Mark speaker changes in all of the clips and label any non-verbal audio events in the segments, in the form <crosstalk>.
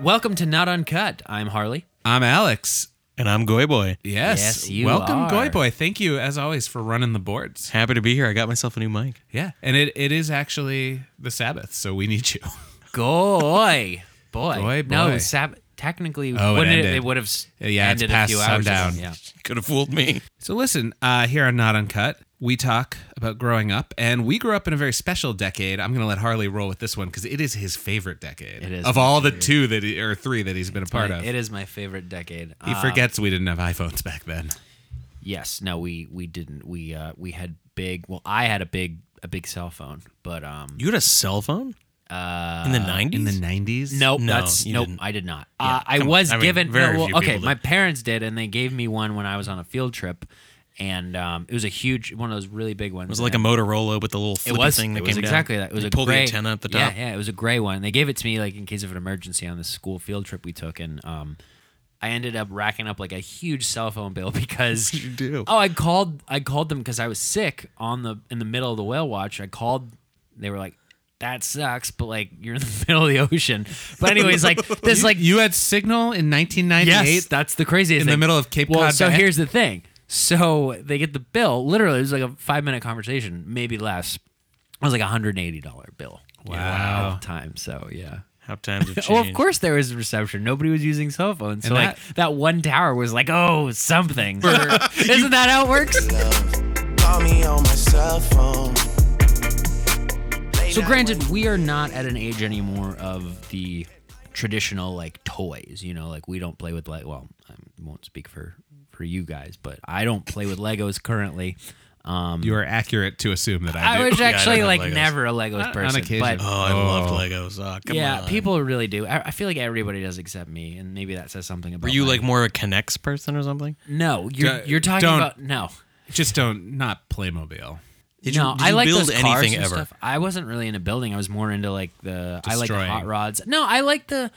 Speaker 1: Welcome to Not Uncut. I'm Harley.
Speaker 2: I'm Alex.
Speaker 3: And I'm Goy Boy.
Speaker 2: Yes.
Speaker 1: Yes, you
Speaker 2: Welcome,
Speaker 1: are.
Speaker 2: Goy Boy. Thank you, as always, for running the boards.
Speaker 3: Happy to be here. I got myself a new mic.
Speaker 2: Yeah. And it, it is actually the Sabbath, so we need you. <laughs>
Speaker 1: Goy. Boy.
Speaker 2: Goy
Speaker 1: No,
Speaker 2: boy.
Speaker 1: sab- technically,
Speaker 2: Oh, it
Speaker 1: wouldn't it,
Speaker 2: ended.
Speaker 1: it would have s-
Speaker 2: Yeah, it's
Speaker 1: ended
Speaker 2: past
Speaker 1: a few hours
Speaker 2: sundown.
Speaker 1: ago. Yeah.
Speaker 3: Could have fooled me.
Speaker 2: So listen, uh, here on Not Uncut, we talk about growing up, and we grew up in a very special decade. I'm going to let Harley roll with this one because it is his favorite decade
Speaker 1: It is
Speaker 2: of
Speaker 1: my
Speaker 2: all the two that he, or three that he's been a part
Speaker 1: Like,
Speaker 2: of.
Speaker 1: It is my favorite decade.
Speaker 2: he
Speaker 1: Uh,
Speaker 2: forgets we didn't have iPhones back then.
Speaker 1: Yes. No, we we didn't. We uh we had big. Well, I had a big a big cell phone, but um.
Speaker 3: You had a cell phone
Speaker 1: uh,
Speaker 3: in the 90s?
Speaker 2: In the 90s,
Speaker 1: Nope,
Speaker 3: No,
Speaker 1: that's
Speaker 3: you
Speaker 1: nope.
Speaker 3: didn't.
Speaker 1: I did not.
Speaker 3: Yeah,
Speaker 1: uh, I
Speaker 3: come on.
Speaker 1: was
Speaker 3: I mean,
Speaker 1: given.
Speaker 3: very
Speaker 1: no, well,
Speaker 3: few
Speaker 1: okay,
Speaker 3: people
Speaker 1: my
Speaker 3: did.
Speaker 1: parents did, and they gave me one when I was on a field trip, and um, it was a huge one of those really big ones.
Speaker 3: was it
Speaker 1: and
Speaker 3: like a Motorola with the little
Speaker 1: it
Speaker 3: flippy
Speaker 1: was
Speaker 3: thing that
Speaker 1: it was
Speaker 3: came
Speaker 1: exactly
Speaker 3: down?
Speaker 1: that. It was
Speaker 3: You
Speaker 1: a
Speaker 3: pull
Speaker 1: gray
Speaker 3: the antenna at the
Speaker 1: yeah,
Speaker 3: top.
Speaker 1: Yeah, it was a gray one. They gave it to me like in case of an emergency on this school field trip we took, and um, I ended up racking up like a huge cell phone bill <laughs> because
Speaker 3: <laughs> You do.
Speaker 1: Oh, I called. I called them because I was sick on the in the middle of the whale watch. I called. They were like, "That sucks," but like you're in the <laughs> middle of the ocean. But anyways, like
Speaker 2: <laughs>
Speaker 3: <laughs>
Speaker 1: this, like
Speaker 2: you had Signal in 1998.
Speaker 1: yes, that's the craziest.
Speaker 2: in the
Speaker 1: thing.
Speaker 2: middle of Cape
Speaker 1: well,
Speaker 2: Cod
Speaker 1: So
Speaker 2: Bay.
Speaker 1: here's the thing. So they get the bill. Literally, it was like a five minute conversation, maybe less. It was like a hundred and eighty dollar bill. you know,
Speaker 2: Wow.
Speaker 1: At the time. So yeah.
Speaker 3: How times have
Speaker 1: <laughs>
Speaker 3: changed.
Speaker 1: Oh, of course there was reception. Nobody was using cell phones. So
Speaker 2: And
Speaker 1: like that one tower was like, oh, something. <laughs> Isn't that how it <laughs> works?
Speaker 4: love. Call me on my cell phone.
Speaker 1: So granted, we are not at an age anymore of the traditional like toys. You know, like we don't play with like. Well, I won't speak for for you guys, but I don't play with Legos currently. Um,
Speaker 2: you are accurate to assume that I,
Speaker 1: I
Speaker 2: do. <laughs>
Speaker 1: was
Speaker 3: <laughs> Yeah, I
Speaker 1: actually
Speaker 3: don't have
Speaker 1: like
Speaker 3: Legos.
Speaker 1: never a Legos
Speaker 2: Uh, on
Speaker 1: person,
Speaker 2: occasion.
Speaker 1: but
Speaker 3: Oh, I
Speaker 2: Oh.
Speaker 3: loved Legos. Oh, come
Speaker 1: yeah,
Speaker 3: on.
Speaker 1: people really do. I, I feel like everybody does except me, and maybe that says something about.
Speaker 3: Were you
Speaker 1: my-
Speaker 3: like more of a Connects person or something?
Speaker 1: No, you're
Speaker 2: Don't-
Speaker 1: you're talking
Speaker 2: don't-
Speaker 1: about no.
Speaker 2: Just don't not Playmobil.
Speaker 3: Did
Speaker 1: no,
Speaker 3: you, did
Speaker 1: I
Speaker 3: you
Speaker 1: like
Speaker 3: build
Speaker 1: those cars
Speaker 3: anything
Speaker 1: and
Speaker 3: ever?
Speaker 1: Stuff. I wasn't really into building. I was more into like the I like
Speaker 2: Destroying.
Speaker 1: the hot rods. No, I like the.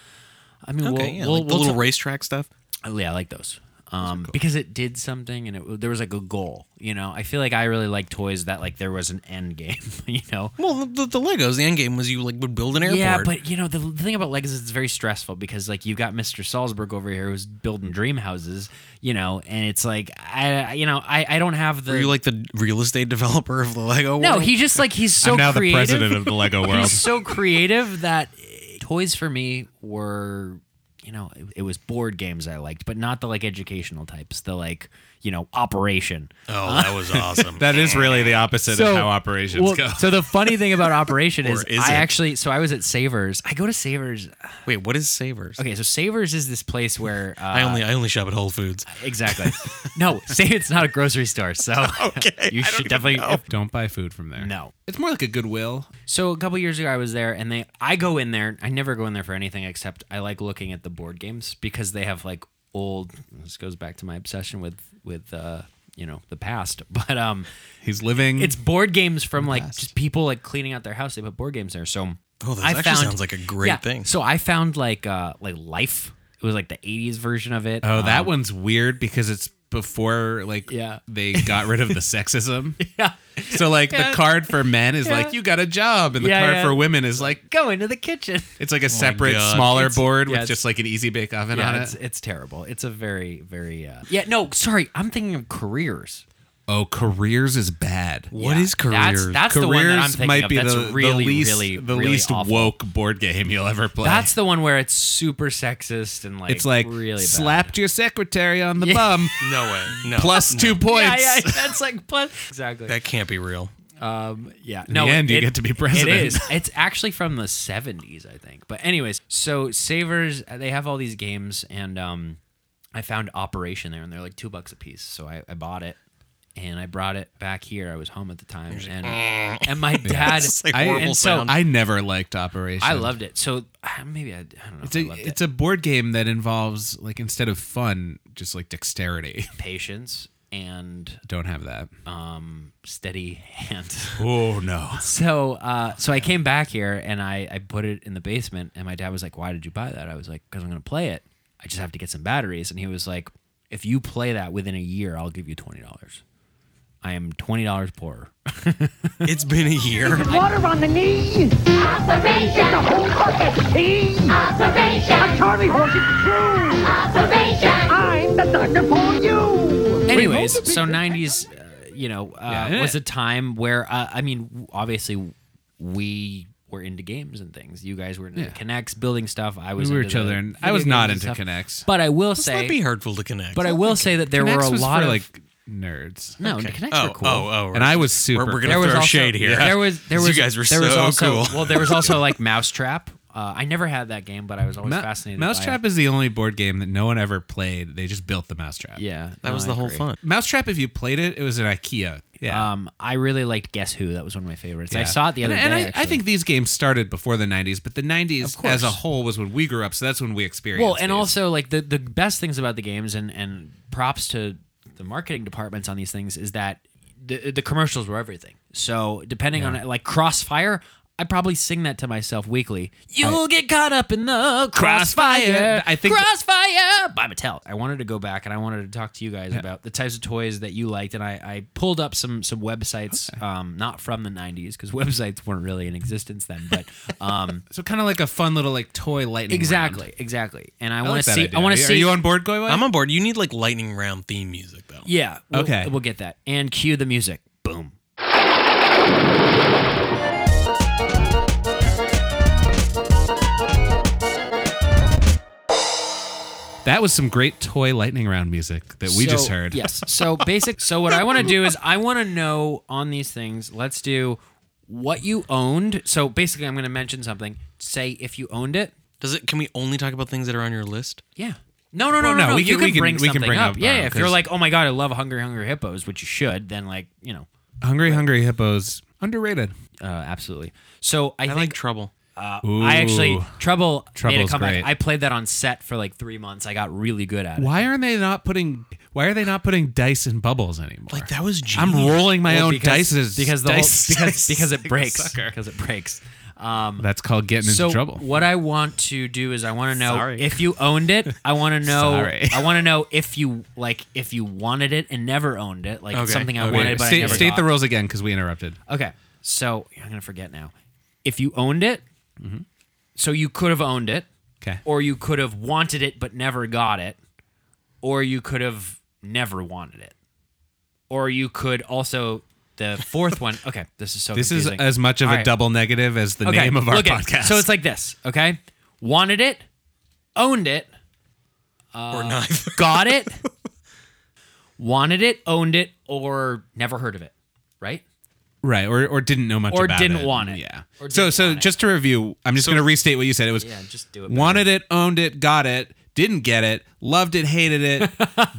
Speaker 1: I mean,
Speaker 3: Okay,
Speaker 1: we'll,
Speaker 3: yeah,
Speaker 1: we'll,
Speaker 3: like the
Speaker 1: we'll
Speaker 3: little
Speaker 1: ta-
Speaker 3: racetrack stuff.
Speaker 1: Oh, yeah, I like those. Um, because it did something, and it there was like a goal. You know, I feel like I really like toys that like there was an end game. <laughs> You know.
Speaker 3: Well, the, the, the Legos, the end game was you like would build an airport.
Speaker 1: Yeah, but you know the, the thing about Legos is it's very stressful because like you've got Mr. Salzburg over here who's building dream houses, you know, and it's like I I- you know I, I don't have the
Speaker 3: were you like the real estate <laughs> developer of the Lego?
Speaker 1: no
Speaker 3: world?
Speaker 1: he just like he's so
Speaker 2: I'm now
Speaker 1: creative.
Speaker 2: the president of the Lego
Speaker 1: <laughs>
Speaker 2: world.
Speaker 1: he's
Speaker 2: <laughs>
Speaker 1: so creative that eh, toys for me were you know it, it was board games I liked, but not the like educational types. The like you know operation.
Speaker 3: Oh, that was awesome.
Speaker 1: <laughs>
Speaker 2: That is really the opposite of how operations
Speaker 1: well,
Speaker 2: go.
Speaker 1: So the funny thing
Speaker 2: <laughs>
Speaker 1: about operation is,
Speaker 3: is
Speaker 1: I
Speaker 3: it?
Speaker 1: actually so I was at Savers. I go to Savers.
Speaker 3: Wait, what is Savers?
Speaker 1: Okay, so Savers is this place where uh,
Speaker 3: I only I only shop at Whole Foods.
Speaker 1: exactly. no, say it's not a grocery store. So
Speaker 3: <laughs> Okay,
Speaker 1: <laughs> you
Speaker 3: I don't
Speaker 1: should
Speaker 3: even
Speaker 1: definitely
Speaker 2: Don't buy food from there.
Speaker 1: oh. <laughs> no.
Speaker 2: It's more like a Goodwill.
Speaker 1: So a couple years ago, I was there, and they I go in there. I never go in there for anything except I like looking at the board games because they have like old. This goes back to my obsession with with uh, you know the past, <laughs> but um,
Speaker 2: He's living.
Speaker 1: it's board games from like just people like cleaning out their house. They put board games there, so
Speaker 3: Oh, that actually sounds like a great
Speaker 1: yeah,
Speaker 3: thing.
Speaker 1: So I found like uh like Life. It was like the '80s version of it.
Speaker 2: oh, that
Speaker 1: Um,
Speaker 2: one's weird because it's before like
Speaker 1: Yeah.
Speaker 2: they got rid
Speaker 1: <laughs>
Speaker 2: of the sexism.
Speaker 1: <laughs> yeah.
Speaker 2: So like
Speaker 1: Yeah.
Speaker 2: the card for men is
Speaker 1: Yeah.
Speaker 2: like you got a job, and the
Speaker 1: Yeah,
Speaker 2: card
Speaker 1: yeah.
Speaker 2: for women is like
Speaker 1: Go into the kitchen.
Speaker 2: it's like a separate
Speaker 3: God.
Speaker 2: smaller board
Speaker 1: yeah,
Speaker 2: with
Speaker 1: it's-
Speaker 2: just like an easy bake oven on
Speaker 1: Yeah, it's,
Speaker 2: it.
Speaker 1: it's terrible. It's a very, very. Uh, yeah, no, sorry. I'm thinking of careers.
Speaker 2: Oh, careers is bad.
Speaker 3: What
Speaker 1: That's,
Speaker 3: is careers?
Speaker 1: that's the one that I'm
Speaker 2: Careers
Speaker 1: thinking
Speaker 2: might
Speaker 1: of.
Speaker 2: be
Speaker 1: That's
Speaker 2: the,
Speaker 1: really,
Speaker 2: the least
Speaker 1: really,
Speaker 2: the
Speaker 1: really
Speaker 2: least
Speaker 1: awful.
Speaker 2: woke board game you'll ever play.
Speaker 1: That's the one where it's super sexist and like
Speaker 2: it's like
Speaker 1: really bad.
Speaker 2: slapped your secretary on the
Speaker 1: Yeah. <laughs>
Speaker 2: bum
Speaker 3: no way. No.
Speaker 2: plus two points.
Speaker 1: Yeah, yeah, <laughs> that's like plus exactly.
Speaker 3: <laughs> That can't be real.
Speaker 1: Um, yeah,
Speaker 2: In
Speaker 1: no,
Speaker 2: the end, you
Speaker 1: it-
Speaker 2: get to be
Speaker 1: It
Speaker 2: president.
Speaker 1: is. It's actually from the 70s, I think. But anyways, so Savers, uh, they have all these games, and um, I found Operation there, and they're like two bucks a piece. So I, I bought it, and I brought it back here. I was home at the time, and and my dad,
Speaker 3: It's like
Speaker 1: I,
Speaker 3: horrible
Speaker 1: and so
Speaker 3: sound.
Speaker 1: I,
Speaker 2: I never liked Operation.
Speaker 1: I loved it. So uh, maybe I, I don't know.
Speaker 2: It's
Speaker 1: if I
Speaker 2: a
Speaker 1: loved
Speaker 2: it's
Speaker 1: it.
Speaker 2: a board game that involves like instead of fun, just like dexterity. <laughs>
Speaker 1: patience and
Speaker 2: Don't have that.
Speaker 1: um, steady <laughs> hand.
Speaker 2: Oh no.
Speaker 1: So, uh, so I came back here and I, I put it in the basement, and my dad was like, "Why did you buy that?" I was like, "Cause I'm gonna play it. I just have to get some batteries." And he was like, "If you play that within a year, I'll give you twenty dollars." I am twenty dollars
Speaker 2: <laughs>
Speaker 1: poorer.
Speaker 3: It's been
Speaker 1: <laughs>
Speaker 3: a year.
Speaker 5: Water on the knee.
Speaker 6: Observation!
Speaker 5: The whole fucking team.
Speaker 6: Observation!
Speaker 5: I'm Charlie Horse's crew.
Speaker 6: Observation!
Speaker 5: I'm the thunder for you.
Speaker 1: Anyways, so nineties, uh, you know, uh,
Speaker 2: Yeah.
Speaker 1: was a time where uh, I mean, obviously, we were into games and things. You guys were into
Speaker 2: Yeah.
Speaker 1: Connects, building stuff. I was.
Speaker 2: We were
Speaker 1: into the
Speaker 2: children. I
Speaker 1: video
Speaker 2: was not
Speaker 1: games
Speaker 2: into
Speaker 1: and stuff.
Speaker 2: Connects.
Speaker 1: But I will
Speaker 3: Let's not
Speaker 1: say,
Speaker 3: be hurtful to connect.
Speaker 1: but I will say that there were a
Speaker 2: Connects was
Speaker 1: lot
Speaker 2: for
Speaker 1: of
Speaker 2: like nerds.
Speaker 1: no
Speaker 3: Okay.
Speaker 1: Connects
Speaker 3: oh,
Speaker 1: were cool.
Speaker 3: Oh, oh,
Speaker 2: And I was super.
Speaker 3: We're, we're
Speaker 2: cool.
Speaker 3: gonna throw shade here.
Speaker 1: There was there was
Speaker 3: you guys were
Speaker 1: there was
Speaker 3: so
Speaker 1: also,
Speaker 3: cool.
Speaker 1: Well, there was also like Mousetrap. Uh, I never had that game, but I was always
Speaker 2: Ma-
Speaker 1: fascinated. by it.
Speaker 2: Mousetrap is the only board game that no one ever played. They just built the Mousetrap.
Speaker 1: Yeah,
Speaker 3: that
Speaker 1: no,
Speaker 3: was
Speaker 1: I
Speaker 3: the whole
Speaker 1: agree.
Speaker 3: fun.
Speaker 2: Mousetrap, if you played it, it was an IKEA. Yeah.
Speaker 1: Um, I really liked Guess Who. That was one of my favorites. I
Speaker 2: Yeah.
Speaker 1: saw it the other
Speaker 2: and,
Speaker 1: day.
Speaker 2: And I, I
Speaker 1: actually.
Speaker 2: think these games started before the 90s, but the 90s
Speaker 1: course.
Speaker 2: as a whole was when we grew up, so that's when we experienced
Speaker 1: well, and
Speaker 2: these.
Speaker 1: also like the the best things about the games and and props to the marketing departments on these things is that the the commercials were everything. So depending on it, like Crossfire. I probably sing that to myself weekly. You'll get caught up in the crossfire.
Speaker 2: Crossfire. I think-
Speaker 1: crossfire by Mattel. I wanted to go back and I wanted to talk to you guys about the types of toys that you liked, and I, I pulled up some some websites, um, not from the '90s because websites weren't really in existence then, but <laughs> um,
Speaker 2: So kind of like a fun little like toy lightning.
Speaker 1: exactly, exactly. And I,
Speaker 2: round. I,
Speaker 1: want
Speaker 2: like
Speaker 1: to
Speaker 2: that
Speaker 1: see.
Speaker 2: idea.
Speaker 1: I want to
Speaker 2: Are you-
Speaker 1: see.
Speaker 2: Are you on board, Goy?
Speaker 3: I'm on board. You need like lightning round theme music though.
Speaker 1: Yeah. We'll,
Speaker 2: Okay.
Speaker 1: We'll get that. And cue the music. Boom.
Speaker 2: That was some great toy lightning round music that we
Speaker 1: So-
Speaker 2: just heard.
Speaker 1: Yes. So basic. So what I want to do is I want to know on these things. Let's do what you owned. So basically, I'm going to mention something. Say if you owned it.
Speaker 3: Does it? Can we only talk about things that are on your list?
Speaker 1: Yeah. No, no, no, no,
Speaker 2: Well, no,
Speaker 1: no.
Speaker 2: we
Speaker 1: you can,
Speaker 2: can- we can-
Speaker 1: bring
Speaker 2: we can
Speaker 1: something
Speaker 2: bring
Speaker 1: up.
Speaker 2: up
Speaker 1: yeah.
Speaker 2: our
Speaker 1: yeah.
Speaker 2: own,
Speaker 1: If you're
Speaker 2: 'cause-
Speaker 1: like, oh my god, I love Hungry Hungry Hippos, which you should, then like, you know,
Speaker 2: Hungry Hungry Hippos underrated.
Speaker 1: uh, absolutely. So I,
Speaker 3: I,
Speaker 1: think
Speaker 3: like Trouble.
Speaker 1: Uh, I actually
Speaker 2: Ooh.
Speaker 1: Trouble made a
Speaker 2: Trouble's
Speaker 1: comeback.
Speaker 2: great.
Speaker 1: I played that on set for like three months. I got really good at it.
Speaker 2: Why are they not putting why are they not putting dice in bubbles anymore?
Speaker 3: Like that was genius.
Speaker 2: I'm rolling my
Speaker 1: Well,
Speaker 2: own
Speaker 1: because,
Speaker 2: dice
Speaker 1: because the
Speaker 2: dice,
Speaker 1: whole, because,
Speaker 2: <laughs> dice,
Speaker 1: because it
Speaker 2: like a
Speaker 1: breaks
Speaker 2: sucker.
Speaker 1: because it breaks. Um,
Speaker 2: That's called getting
Speaker 1: so
Speaker 2: into trouble.
Speaker 1: what I want to do is I want to know
Speaker 2: Sorry.
Speaker 1: if you owned it. I <laughs> want to know.
Speaker 2: Sorry.
Speaker 1: I want to know if you like if you wanted it and never owned it. Like it's
Speaker 3: Okay,
Speaker 1: something I
Speaker 3: okay.
Speaker 1: wanted, but I
Speaker 2: state
Speaker 1: never
Speaker 2: state
Speaker 1: got.
Speaker 2: the rules again because we interrupted.
Speaker 1: Okay, so I'm gonna forget now. If you owned it, so you could have owned it,
Speaker 2: Mm-hmm. Okay.
Speaker 1: or you could have wanted it but never got it, or you could have never wanted it, or you could also the fourth one. <laughs> Okay, this is so.
Speaker 2: This is
Speaker 1: confusing.
Speaker 2: as much of
Speaker 1: All
Speaker 2: a
Speaker 1: right.
Speaker 2: double negative as the name of our
Speaker 1: look at it.
Speaker 2: podcast.
Speaker 1: So it's like this. Okay, wanted it, owned it, uh,
Speaker 3: or neither.
Speaker 1: <laughs> got it, wanted it, owned it, or never heard of it. Right?
Speaker 2: right, or or didn't know much
Speaker 1: Or
Speaker 2: about
Speaker 1: didn't
Speaker 2: it.
Speaker 1: want it.
Speaker 2: Yeah.
Speaker 1: Or
Speaker 2: So
Speaker 1: didn't
Speaker 2: so
Speaker 1: want it.
Speaker 2: just to review, I'm just going to restate what you said. It was
Speaker 1: Yeah, just do it.
Speaker 2: wanted it, owned it, got it, didn't get it, loved it,
Speaker 1: <laughs>
Speaker 2: hated it,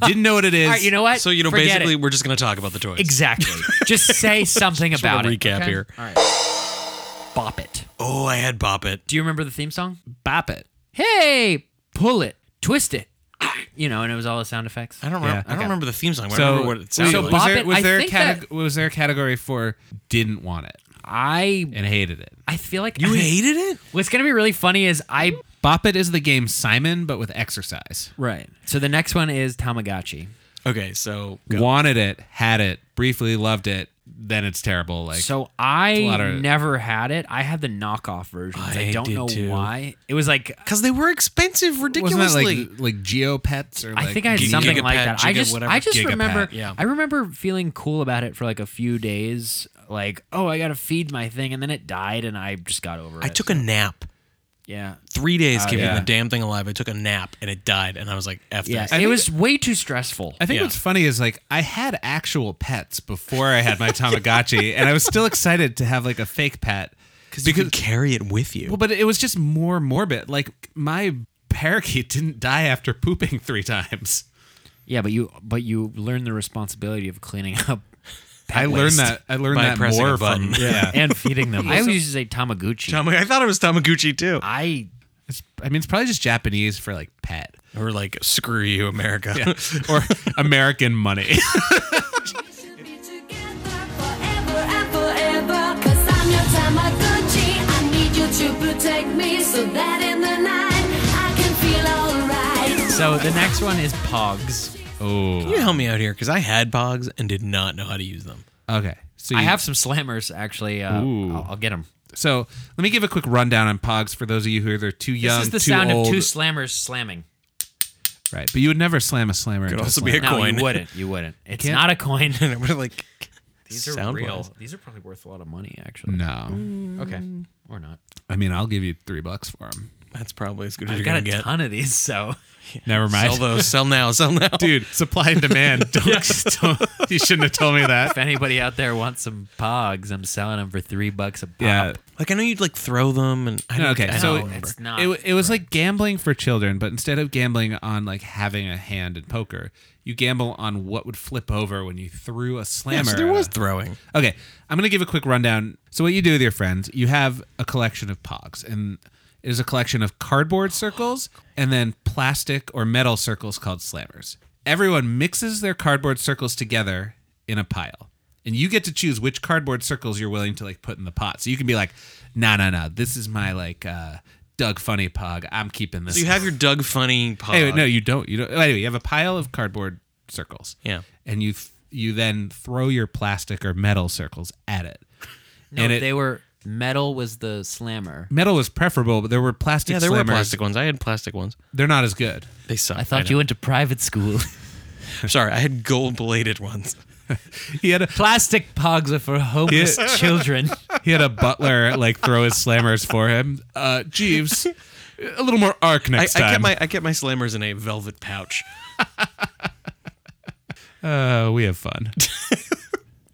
Speaker 2: didn't know what it is.
Speaker 1: All right, you know what?
Speaker 3: So you know,
Speaker 1: Forget it.
Speaker 3: basically, we're just gonna talk about the toys.
Speaker 1: Exactly. Just
Speaker 3: <laughs>
Speaker 1: say something
Speaker 3: a
Speaker 1: about it.
Speaker 3: recap
Speaker 1: okay?
Speaker 3: here.
Speaker 1: All right. Bop it.
Speaker 3: Oh, I had Bop It.
Speaker 1: Do you remember the theme song? Bop it. Hey, pull it, twist it. You know, and it was all the sound effects.
Speaker 3: I don't. Remember,
Speaker 2: Yeah,
Speaker 3: I don't
Speaker 2: okay.
Speaker 3: remember the theme song. but I
Speaker 2: So,
Speaker 3: remember what it
Speaker 2: was,
Speaker 3: sounded
Speaker 1: so
Speaker 3: like.
Speaker 1: Bop
Speaker 2: there,
Speaker 1: It,
Speaker 2: was
Speaker 1: I
Speaker 2: there a
Speaker 1: think
Speaker 2: categ-
Speaker 1: that-
Speaker 2: was there a category for didn't want it
Speaker 1: I
Speaker 2: and hated it?
Speaker 1: I feel like
Speaker 3: you
Speaker 1: I-
Speaker 3: hated it.
Speaker 1: What's gonna be really funny is I
Speaker 2: Bop It is the game Simon, but with exercise.
Speaker 1: right. So the next one is Tamagotchi.
Speaker 3: Okay, so
Speaker 2: Wanted it, had it, briefly loved it, then it's terrible. Like
Speaker 1: So
Speaker 2: a
Speaker 1: I
Speaker 2: lot of-
Speaker 1: never had it. I had the knockoff versions. I,
Speaker 3: I
Speaker 1: don't
Speaker 3: did
Speaker 1: know
Speaker 3: too.
Speaker 1: why. It was like
Speaker 3: because they were expensive,
Speaker 2: wasn't that
Speaker 3: ridiculously.
Speaker 2: like like Geopets or like
Speaker 1: I think I had
Speaker 3: Giga-
Speaker 1: something
Speaker 3: Gigapat,
Speaker 1: like that. I
Speaker 3: Giga
Speaker 1: just
Speaker 3: whatever.
Speaker 1: I just
Speaker 2: Gigapat,
Speaker 1: remember
Speaker 3: yeah.
Speaker 1: I remember feeling cool about it for like a few days. Like, oh, I gotta feed my thing, and then it died, and I just got over it.
Speaker 3: I took a nap.
Speaker 1: yeah,
Speaker 3: Three days keeping
Speaker 2: yeah.
Speaker 3: the damn thing alive. I took a nap and it died, and I was like, "F
Speaker 1: yeah.
Speaker 3: this."
Speaker 1: it was way too stressful.
Speaker 2: I think
Speaker 3: Yeah.
Speaker 2: what's funny is like I had actual pets before I <laughs> had my Tamagotchi, and I was still excited to have like a fake pet
Speaker 3: you could carry it with you.
Speaker 2: Well, but it was just more morbid. Like my parakeet <laughs> didn't die after pooping three times.
Speaker 1: yeah, but you but you learn the responsibility of cleaning up
Speaker 2: I learned
Speaker 1: waste.
Speaker 2: that. I learned
Speaker 3: By
Speaker 2: that
Speaker 3: pressing
Speaker 2: more
Speaker 3: a button.
Speaker 2: from <laughs> yeah.
Speaker 1: and feeding
Speaker 2: <laughs>
Speaker 1: them. I always used to say Tamaguchi.
Speaker 3: Tama- I thought it was Tamaguchi too.
Speaker 1: I
Speaker 2: It's, I mean, it's probably just Japanese for like <laughs> pet
Speaker 3: Or like, "Screw you, America."
Speaker 2: or American <laughs> money.
Speaker 7: should be together forever and forever. Cause I'm your Tamagotchi. I need you to protect me so that in the night I can feel alright.
Speaker 1: So the next one is Pogs.
Speaker 2: Oh,
Speaker 3: <laughs> Can you help me out here? Because I had Pogs and did not know how to use them.
Speaker 2: okay. So
Speaker 1: I
Speaker 2: you-
Speaker 1: have some slammers actually. Uh,
Speaker 2: Ooh.
Speaker 1: I'll, I'll get them.
Speaker 2: So let me give a quick rundown on Pogs for those of you who are either too
Speaker 1: This
Speaker 2: young,
Speaker 1: is the
Speaker 2: too
Speaker 1: sound
Speaker 2: old.
Speaker 1: of two slammers slamming.
Speaker 2: right, but you would never slam a slammer. Could into
Speaker 3: also
Speaker 2: a
Speaker 3: be a
Speaker 2: slammer.
Speaker 1: No,
Speaker 3: Coin.
Speaker 1: you wouldn't. You
Speaker 2: <laughs>
Speaker 1: wouldn't. It's
Speaker 2: Can't-
Speaker 1: not a coin. <laughs>
Speaker 3: And I was <laughs> like,
Speaker 1: These are
Speaker 3: Sound
Speaker 1: real.
Speaker 3: wise.
Speaker 1: These are probably worth a lot of money, actually.
Speaker 2: No,
Speaker 1: Okay. Or not.
Speaker 2: I mean I'll give you three bucks for them.
Speaker 3: that's probably as good as
Speaker 1: I've
Speaker 3: you're
Speaker 1: got
Speaker 3: going
Speaker 1: a
Speaker 3: to get.
Speaker 1: ton of these, so <laughs>
Speaker 2: Never mind,
Speaker 3: <laughs> Sell those. Sell now. Sell <laughs>
Speaker 2: <laughs>
Speaker 3: now.
Speaker 2: dude. Supply and
Speaker 3: <laughs>
Speaker 2: demand. Don't, <laughs> don't- you shouldn't have told me that.
Speaker 1: if anybody out there wants some pogs, I'm selling them for three bucks a pop.
Speaker 2: Yeah.
Speaker 3: Like, I know you'd like throw them. and I
Speaker 2: No,
Speaker 3: don't-
Speaker 2: okay,
Speaker 3: I
Speaker 2: so
Speaker 3: don't remember.
Speaker 1: it's not.
Speaker 2: It, wa- it was like gambling for children, but instead of gambling on like having a hand in poker, you gamble on what would flip over when you threw a
Speaker 3: Yeah,
Speaker 2: slammer.
Speaker 3: so there
Speaker 2: at
Speaker 3: was
Speaker 2: a-
Speaker 3: throwing.
Speaker 2: Okay, I'm going to give a quick rundown. So, what you do with your friends, you have a collection of pogs, and it is a collection of cardboard circles and then plastic or metal circles called slammers. Everyone mixes their cardboard circles together in a pile. And you get to choose which cardboard circles you're willing to like put in the pot. So you can be like, no, no, no, this is my like uh Doug Funny Pog. I'm keeping this.
Speaker 3: So you have your Doug Funny Pog.
Speaker 2: Anyway, no, you don't. You don't. Anyway, you have a pile of cardboard circles.
Speaker 3: Yeah.
Speaker 2: And you th- you then throw your plastic or metal circles at it.
Speaker 1: no,
Speaker 2: and it-
Speaker 1: they were metal was the slammer.
Speaker 2: Metal was preferable, but there were plastic
Speaker 3: Yeah, there were
Speaker 2: slammers.
Speaker 3: plastic ones. I had plastic ones.
Speaker 2: They're not as good.
Speaker 3: They suck.
Speaker 1: I thought you went to private school. <laughs>
Speaker 3: were. Sorry, I had gold bladed ones.
Speaker 2: He had a,
Speaker 1: Plastic pogs are for <laughs> homeless
Speaker 2: Yeah.
Speaker 1: children.
Speaker 2: he had a butler like throw his slammers for him. Uh, Jeeves, a little more arc
Speaker 3: I, I
Speaker 2: next
Speaker 3: kept
Speaker 2: time.
Speaker 3: my I kept my slammers in a velvet pouch.
Speaker 2: uh, we have fun.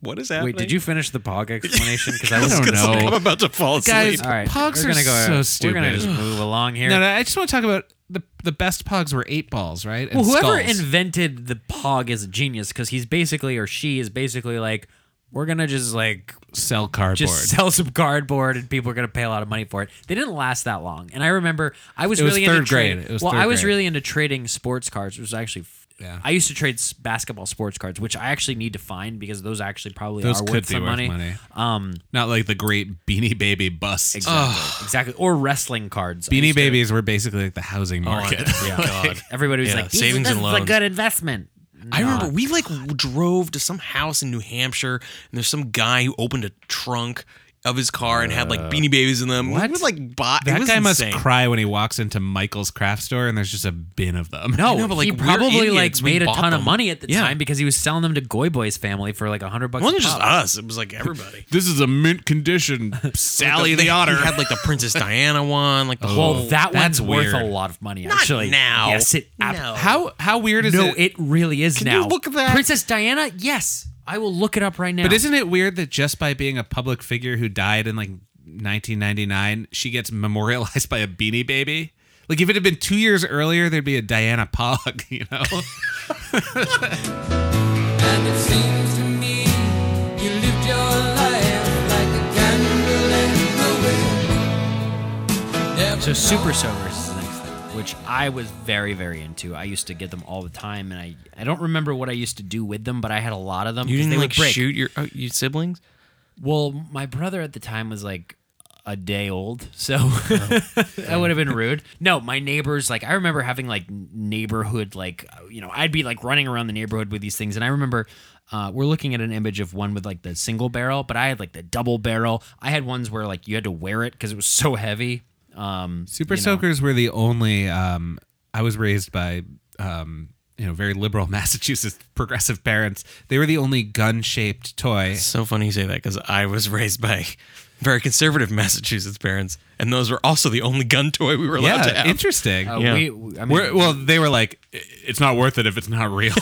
Speaker 3: What is happening?
Speaker 1: Wait, did you finish the pog explanation? Because <laughs> I
Speaker 2: I
Speaker 1: was
Speaker 2: don't
Speaker 1: gonna say-
Speaker 2: know.
Speaker 3: <laughs> I'm about to fall asleep.
Speaker 2: Guys,
Speaker 1: All right,
Speaker 2: Pogs
Speaker 1: we're
Speaker 2: are
Speaker 1: gonna go,
Speaker 2: so stupid.
Speaker 1: We're gonna just move along here.
Speaker 2: No, no, I just want to talk about the the best pogs were eight balls, right? And
Speaker 1: Well, whoever
Speaker 2: skulls.
Speaker 1: invented the pog is a genius because he's basically or she is basically like, we're gonna just like
Speaker 2: sell cardboard.
Speaker 1: just sell some cardboard and people are gonna pay a lot of money for it. They didn't last that long, and I remember I was
Speaker 2: It was
Speaker 1: really
Speaker 2: third
Speaker 1: into trade-
Speaker 2: grade. It was
Speaker 1: well,
Speaker 2: third
Speaker 1: I was
Speaker 2: grade.
Speaker 1: really into trading sports cards, which was actually. f-
Speaker 2: Yeah.
Speaker 1: I used to trade s- basketball sports cards, which I actually need to find because those actually probably
Speaker 2: Those
Speaker 1: are
Speaker 2: could
Speaker 1: worth
Speaker 2: be
Speaker 1: some
Speaker 2: worth
Speaker 1: money.
Speaker 2: money.
Speaker 1: Um,
Speaker 2: Not like the great Beanie Baby bus.
Speaker 1: exactly, exactly, or wrestling cards. I
Speaker 2: Beanie
Speaker 1: used to-
Speaker 2: Babies were basically like the housing market.
Speaker 3: <laughs>
Speaker 2: <laughs>
Speaker 1: Yeah. Everybody was
Speaker 3: Yeah,
Speaker 1: like, "These-
Speaker 3: savings
Speaker 1: this
Speaker 3: and
Speaker 1: is a
Speaker 3: loans."
Speaker 1: good investment.
Speaker 3: I remember we like drove to some house in New Hampshire, and there's some guy who opened a trunk of his car and had like Beanie Babies in them.
Speaker 2: Uh, what?
Speaker 3: We would like buy.
Speaker 2: that
Speaker 3: it was
Speaker 2: guy
Speaker 3: insane.
Speaker 2: must cry when he walks into Michael's craft store and there's just a bin of them.
Speaker 1: No,
Speaker 3: I know, but,
Speaker 1: he
Speaker 3: like, we're
Speaker 1: probably like
Speaker 3: idiots. We
Speaker 1: made a
Speaker 3: bought
Speaker 1: ton of
Speaker 3: them.
Speaker 1: money at the
Speaker 3: Yeah.
Speaker 1: time because he was selling them to Goy Boy's family for like a hundred bucks.
Speaker 3: It wasn't
Speaker 1: a
Speaker 3: just
Speaker 1: pop.
Speaker 3: us; it was
Speaker 2: <laughs>
Speaker 3: like everybody.
Speaker 2: This is a mint <laughs> condition Sally
Speaker 3: Like,
Speaker 2: the
Speaker 3: they-
Speaker 2: Otter. Oh,
Speaker 3: He had like the
Speaker 2: <laughs>
Speaker 3: Princess Diana one, like the
Speaker 1: Well,
Speaker 3: whole.
Speaker 1: that
Speaker 2: that's
Speaker 1: one's worth a
Speaker 2: weird.
Speaker 1: lot of money.
Speaker 3: Not
Speaker 1: Actually,
Speaker 3: now.
Speaker 1: Yes, it. ab-
Speaker 3: No.
Speaker 2: how how weird is
Speaker 1: No,
Speaker 2: it?
Speaker 1: it really is
Speaker 3: you
Speaker 1: now.
Speaker 3: look at that?
Speaker 1: Princess Diana. Yes, I will look it up right now.
Speaker 2: But isn't it weird that just by being a public figure who died in like 1999, she gets memorialized by a Beanie Baby? Like if it had been two years earlier, there'd be a Diana Pog, <laughs> you know?
Speaker 8: And it seems to me you lived your life like a candle in the wind. Never
Speaker 1: so Super Sovers is the next thing, which I was very very into. I used to get them all the time, and I I don't remember what I used to do with them, but I had a lot of them.
Speaker 3: you
Speaker 1: 'cause
Speaker 3: didn't
Speaker 1: they would
Speaker 3: like
Speaker 1: break.
Speaker 3: shoot your oh, your siblings?
Speaker 1: Well, my brother at the time was like a day old, so <laughs> that would have been rude. No, my neighbors like I remember having like neighborhood like you know I'd be like running around the neighborhood with these things, and I remember. Uh, we're looking at an image of one with like the single barrel, but I had like the double barrel. I had ones where like you had to wear it because it was so heavy. Um,
Speaker 2: Super
Speaker 1: you know.
Speaker 2: Soakers were the only. Um, I was raised by um, you know very liberal <laughs> Massachusetts progressive parents. They were the only gun shaped toy.
Speaker 3: So funny you say that because I was <laughs> raised by very conservative Massachusetts parents, and those were also the only gun toy we were allowed to
Speaker 2: Yeah,
Speaker 3: <laughs> have.
Speaker 2: interesting.
Speaker 1: Uh,
Speaker 3: Yeah.
Speaker 1: we- we- I mean,
Speaker 2: We're- well, they were like, "I- it's not worth it if it's
Speaker 1: <laughs>
Speaker 2: not real.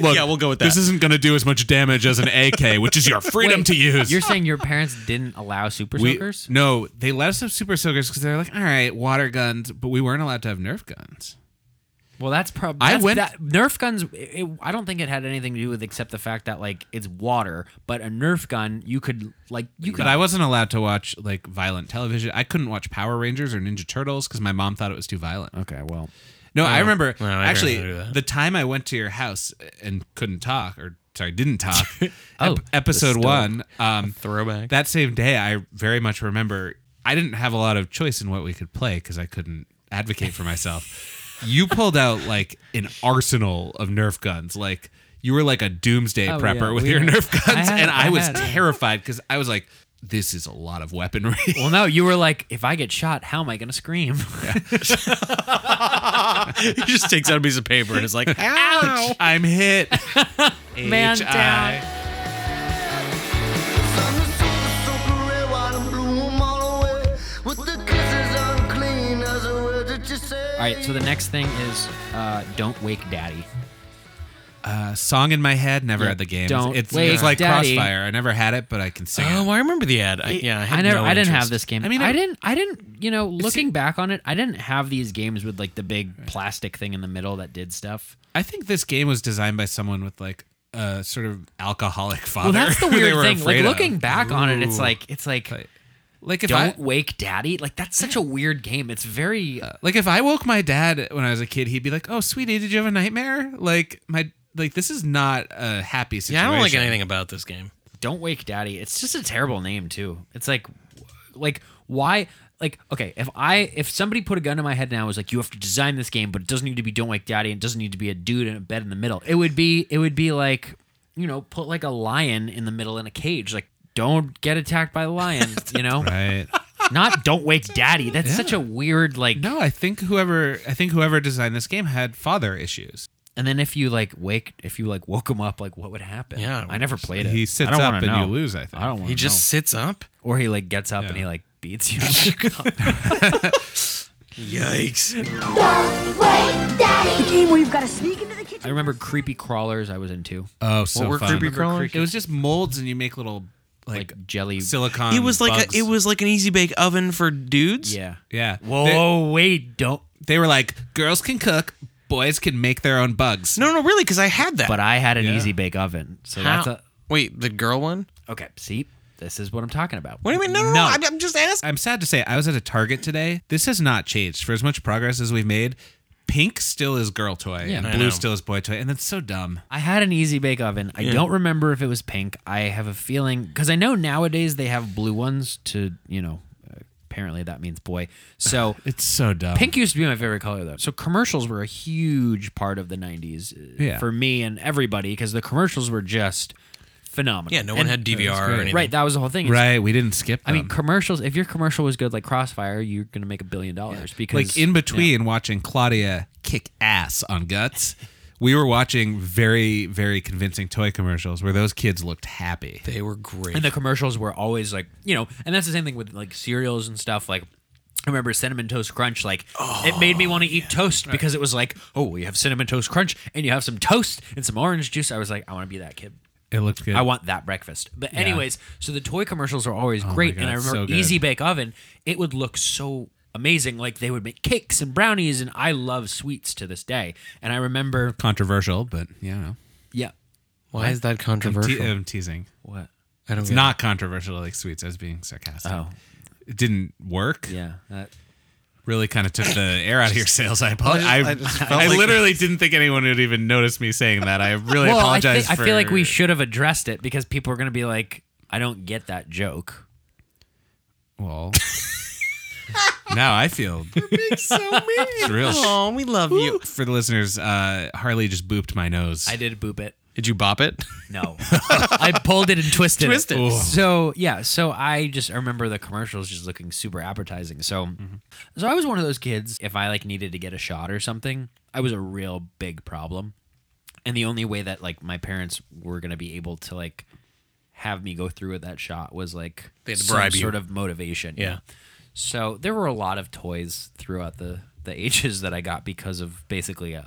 Speaker 2: Look,
Speaker 3: Yeah, we'll go with
Speaker 2: This
Speaker 3: that.
Speaker 2: isn't going to do as much damage as an AK, which is your
Speaker 1: <laughs>
Speaker 2: freedom
Speaker 1: wait,
Speaker 2: to use.
Speaker 1: You're saying your parents didn't allow super
Speaker 2: We-
Speaker 1: soakers?
Speaker 2: no, they let us have super soakers because they're like, all right, water guns, but we weren't allowed to have Nerf guns.
Speaker 1: Well, that's probably.
Speaker 2: I went-
Speaker 1: that, Nerf guns. It, it- I don't think it had anything to do with except the fact that like it's water, but a Nerf gun you could like you could. <laughs>
Speaker 2: But I wasn't allowed to watch like violent television. I couldn't watch Power Rangers or Ninja Turtles because my mom thought it was too violent.
Speaker 1: okay, well,
Speaker 2: No,
Speaker 1: Oh.
Speaker 2: I remember
Speaker 3: no, I never
Speaker 2: actually
Speaker 3: knew that.
Speaker 2: the time I went to your house and couldn't talk or sorry didn't
Speaker 1: <laughs>
Speaker 2: talk.
Speaker 1: Oh,
Speaker 2: episode
Speaker 1: the story.
Speaker 2: one. Um,
Speaker 3: Throwback.
Speaker 2: that same day, I very much remember I didn't have a lot of choice in what we could play because I couldn't advocate for myself.
Speaker 1: <laughs>
Speaker 2: you pulled out like an arsenal of Nerf guns. Like you were like a doomsday
Speaker 1: Oh,
Speaker 2: prepper
Speaker 1: yeah,
Speaker 2: with
Speaker 1: we
Speaker 2: your
Speaker 1: had-
Speaker 2: Nerf
Speaker 1: I
Speaker 2: guns,
Speaker 1: had-
Speaker 2: and I,
Speaker 1: I
Speaker 2: was
Speaker 1: had-
Speaker 2: terrified because I was like, "This is a lot of weaponry."
Speaker 1: Well, no, you were like, if I get shot, how am I going to <laughs> scream?
Speaker 3: he just takes out a piece of paper and is <laughs> like, "Oh,
Speaker 2: Ouch! <laughs> I'm hit.
Speaker 1: <laughs> Man
Speaker 2: H.I..
Speaker 1: down. All right, so the next thing is uh, Don't Wake Daddy.
Speaker 2: A song in my head. Never had the game.
Speaker 1: Don't
Speaker 2: it's,
Speaker 1: wait,
Speaker 2: it's like
Speaker 1: Daddy.
Speaker 2: Crossfire. I never had it, but I can sing.
Speaker 3: oh,
Speaker 2: it.
Speaker 3: I remember the ad. I, yeah, I, had
Speaker 1: I never,
Speaker 3: no
Speaker 1: I didn't have
Speaker 3: interest.
Speaker 1: this game.
Speaker 2: I
Speaker 1: I
Speaker 2: mean,
Speaker 1: mean,
Speaker 2: I-
Speaker 1: I e- didn't, I didn't, you know, looking back on it, I didn't have these games with like the big plastic thing in the middle that did stuff.
Speaker 2: I think this game was designed by someone with like a sort of alcoholic father.
Speaker 1: Well, Oh, that's the
Speaker 2: <laughs>
Speaker 1: <laughs>
Speaker 2: who they
Speaker 1: weird
Speaker 2: were
Speaker 1: thing. Like
Speaker 2: afraid of.
Speaker 1: looking back on it, it's
Speaker 2: Ooh.
Speaker 1: like, it's like,
Speaker 2: like if I
Speaker 1: Don't Wake Daddy. Like that's such a weird game. It's very. uh,
Speaker 2: like if I woke my dad when I was a kid, he'd be like, "Oh, sweetie, did you have a nightmare?" Like my like this is not a happy situation.
Speaker 3: Yeah, I don't like anything about this game.
Speaker 1: Don't Wake Daddy. It's just a terrible name too. It's like like why like okay, if I if somebody put a gun to my head now and was like you have to design this game but it doesn't need to be Don't Wake Daddy and it doesn't need to be a dude in a bed in the middle. It would be it would be like you know, put like a lion in the middle in a cage like don't get attacked by the
Speaker 2: <laughs>
Speaker 1: lion, you know?
Speaker 2: Right. <laughs>
Speaker 1: Not don't wake daddy. That's such a weird like
Speaker 2: No, I think whoever I think whoever designed this game had father issues.
Speaker 1: and then if you like wake if you like woke him up like what would happen?
Speaker 3: Yeah,
Speaker 1: I never played it.
Speaker 2: He
Speaker 1: I
Speaker 2: sits
Speaker 1: don't
Speaker 2: up
Speaker 1: wanna
Speaker 2: and you
Speaker 1: know.
Speaker 2: lose. I think.
Speaker 1: I don't want
Speaker 3: He just sits up.
Speaker 1: or he like gets up and he like beats you.
Speaker 2: <laughs>
Speaker 3: Yikes!
Speaker 6: Don't wait, daddy.
Speaker 5: Game where you've got to sneak into the kitchen.
Speaker 1: I remember creepy crawlers. I was into
Speaker 2: Oh, so
Speaker 3: What were
Speaker 2: fun.
Speaker 3: creepy crawlers?
Speaker 2: It was just molds and you make little like,
Speaker 1: like, jelly.
Speaker 2: silicone.
Speaker 3: It was like
Speaker 2: bugs.
Speaker 3: a, it was like an easy bake oven for dudes.
Speaker 1: yeah.
Speaker 2: Yeah.
Speaker 1: Whoa,
Speaker 2: They,
Speaker 1: whoa, wait, don't.
Speaker 2: they were like girls can cook, boys can make their own bugs.
Speaker 3: No, no, really, because I had that.
Speaker 1: But I had an
Speaker 2: Yeah.
Speaker 1: easy bake oven, so
Speaker 3: How-
Speaker 1: that's
Speaker 3: wait, the girl one?
Speaker 1: a okay. See, this is what I'm talking about.
Speaker 3: What do you mean? No, no, no.
Speaker 2: No.
Speaker 3: I'm, I'm just asking.
Speaker 2: I'm sad to say I was at a Target today. This has not changed for as much progress as we've made. Pink still is girl toy,
Speaker 1: Yeah.
Speaker 2: and
Speaker 1: I
Speaker 2: blue
Speaker 3: know.
Speaker 2: still is boy toy, and that's so dumb.
Speaker 1: I had an easy bake oven. I don't remember if it was pink. I have a feeling because I know nowadays they have blue ones to you know. uh, Apparently that means boy.
Speaker 2: <laughs>
Speaker 1: So
Speaker 2: It's so dumb.
Speaker 1: Pink used to be my favorite color though. So commercials were a huge part of the 90s uh,
Speaker 2: Yeah.
Speaker 1: for me and everybody because the commercials were just phenomenal.
Speaker 3: Yeah, no one
Speaker 1: And-
Speaker 3: had DVR or
Speaker 2: great.
Speaker 3: anything.
Speaker 1: Right, that was the whole thing. It's-
Speaker 2: right? We didn't skip.
Speaker 1: I mean,
Speaker 2: them.
Speaker 1: commercials. If your commercial was good, like Crossfire, you're gonna make a billion dollars because
Speaker 2: like in between watching Claudia kick ass on guts, we were watching very, very convincing toy commercials where those kids looked happy.
Speaker 3: They were great.
Speaker 1: and the commercials were always like you know, and that's the same thing with like cereals and stuff. Like I remember cinnamon toast crunch. Like it made
Speaker 3: Oh,
Speaker 1: me want to eat toast because it was like, oh, you have cinnamon toast crunch and you have some toast and some orange juice. I was like, I want to be that kid.
Speaker 2: It looked good.
Speaker 1: I want that breakfast. But anyways, so the toy commercials are always great,
Speaker 2: God,
Speaker 1: and I
Speaker 2: it's so
Speaker 1: remember
Speaker 2: good.
Speaker 1: Easy Bake Oven. It would look so amazing. Like they would make cakes and brownies, and I love sweets to this day. And I remember,
Speaker 2: controversial, but you know,
Speaker 1: yeah,
Speaker 3: Why is that
Speaker 2: I'm,
Speaker 3: controversial?
Speaker 2: te- I'm teasing.
Speaker 1: what?
Speaker 3: I don't
Speaker 2: It's
Speaker 3: get
Speaker 2: not controversial like sweets. I was being sarcastic.
Speaker 1: Oh,
Speaker 2: It didn't work.
Speaker 1: yeah. That,
Speaker 2: Really kind of took the air out of your sails. I apologize. I,
Speaker 3: I just felt
Speaker 2: I
Speaker 3: like-
Speaker 2: literally didn't think anyone would even notice me saying that. I really
Speaker 1: well, I,
Speaker 2: apologize.
Speaker 1: think, I feel like we
Speaker 2: for-
Speaker 1: should have addressed it because people are going to be like, I don't get that joke.
Speaker 2: Well, <laughs> now I feel
Speaker 3: it. <laughs> so mean.
Speaker 2: real.
Speaker 3: Oh, we love you.
Speaker 2: for the listeners. Uh, Harley just booped my nose.
Speaker 1: I did boop it.
Speaker 3: Did you bop it?
Speaker 1: No, I pulled it and twisted,
Speaker 3: Twisted.
Speaker 1: it.
Speaker 3: Ugh.
Speaker 1: So yeah, so I just I remember the commercials just looking super appetizing. So, so I was one of those kids. If I like needed to get a shot or something, I was a real big problem. And the only way that like my parents were gonna be able to like have me go through with that shot was like
Speaker 3: They had to
Speaker 1: some
Speaker 3: bribe you.
Speaker 1: sort of motivation.
Speaker 3: Yeah.
Speaker 1: So there were a lot of toys throughout the the ages that I got because of basically uh,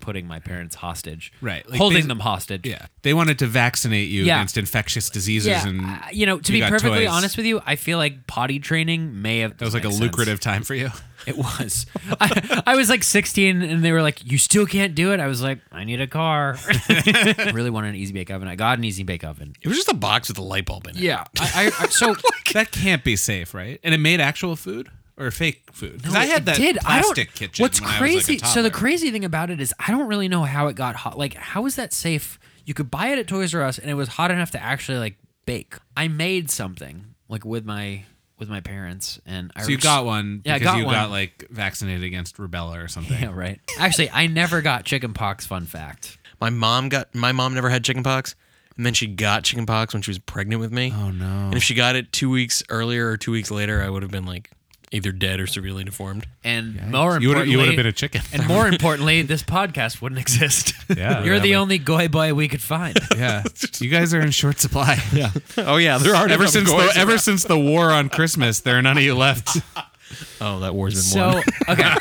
Speaker 1: putting my parents hostage,
Speaker 2: Right, like
Speaker 1: holding
Speaker 2: basi-
Speaker 1: them hostage.
Speaker 2: Yeah, they wanted to vaccinate you
Speaker 1: Yeah.
Speaker 2: against infectious diseases, and
Speaker 1: uh, you know, to
Speaker 2: you
Speaker 1: be
Speaker 2: got
Speaker 1: perfectly
Speaker 2: toys.
Speaker 1: honest with you, I feel like potty training may have
Speaker 2: that was like a
Speaker 1: makes sense.
Speaker 2: lucrative time for you.
Speaker 1: It was. <laughs> I, I was like 16, and they were like, "You still can't do it." I was like, "I need a car." <laughs> I really wanted an easy bake oven. I got an easy bake oven.
Speaker 3: It was just a box with a light bulb in it.
Speaker 1: Yeah. I, I, I <laughs> so.
Speaker 2: that can't be safe, right? And it made actual food or fake food. 'Cause I
Speaker 1: it
Speaker 2: had that
Speaker 1: did. I don't-
Speaker 2: plastic kitchen.
Speaker 1: What's
Speaker 2: when I was, like, a
Speaker 1: crazy? so the
Speaker 2: toddler.
Speaker 1: crazy thing about it is, I don't really know how it got hot. Like, how is that safe? You could buy it at Toys R Us, and it was hot enough to actually like bake. I made something like with my with my parents, and I
Speaker 2: So you
Speaker 1: res-
Speaker 2: got one
Speaker 1: Yeah, I
Speaker 2: because
Speaker 1: got
Speaker 2: you
Speaker 1: one.
Speaker 2: got like vaccinated against rubella or
Speaker 1: <laughs>
Speaker 2: something.
Speaker 1: Yeah, right. Actually, I never got chickenpox. Fun fact.
Speaker 3: My mom got my mom never had chickenpox, and then she got chickenpox when she was pregnant with me.
Speaker 2: Oh no.
Speaker 3: And if she got it two weeks earlier or two weeks later, I would have been like either dead or severely deformed.
Speaker 1: And more
Speaker 9: You would
Speaker 1: importantly,
Speaker 9: you would have been a chicken.
Speaker 1: and <laughs> more
Speaker 9: <laughs>
Speaker 1: importantly, this podcast wouldn't exist.
Speaker 9: Yeah.
Speaker 1: <laughs> You're the only goy boy we could find.
Speaker 2: <laughs>
Speaker 9: <laughs>
Speaker 2: Yeah. You guys are in short supply. Yeah.
Speaker 3: Oh yeah, there are
Speaker 2: Ever since the, ever since the war on Christmas, there are none of you left. <laughs>
Speaker 3: oh that war's been
Speaker 1: So
Speaker 3: won.
Speaker 9: <laughs>
Speaker 1: okay.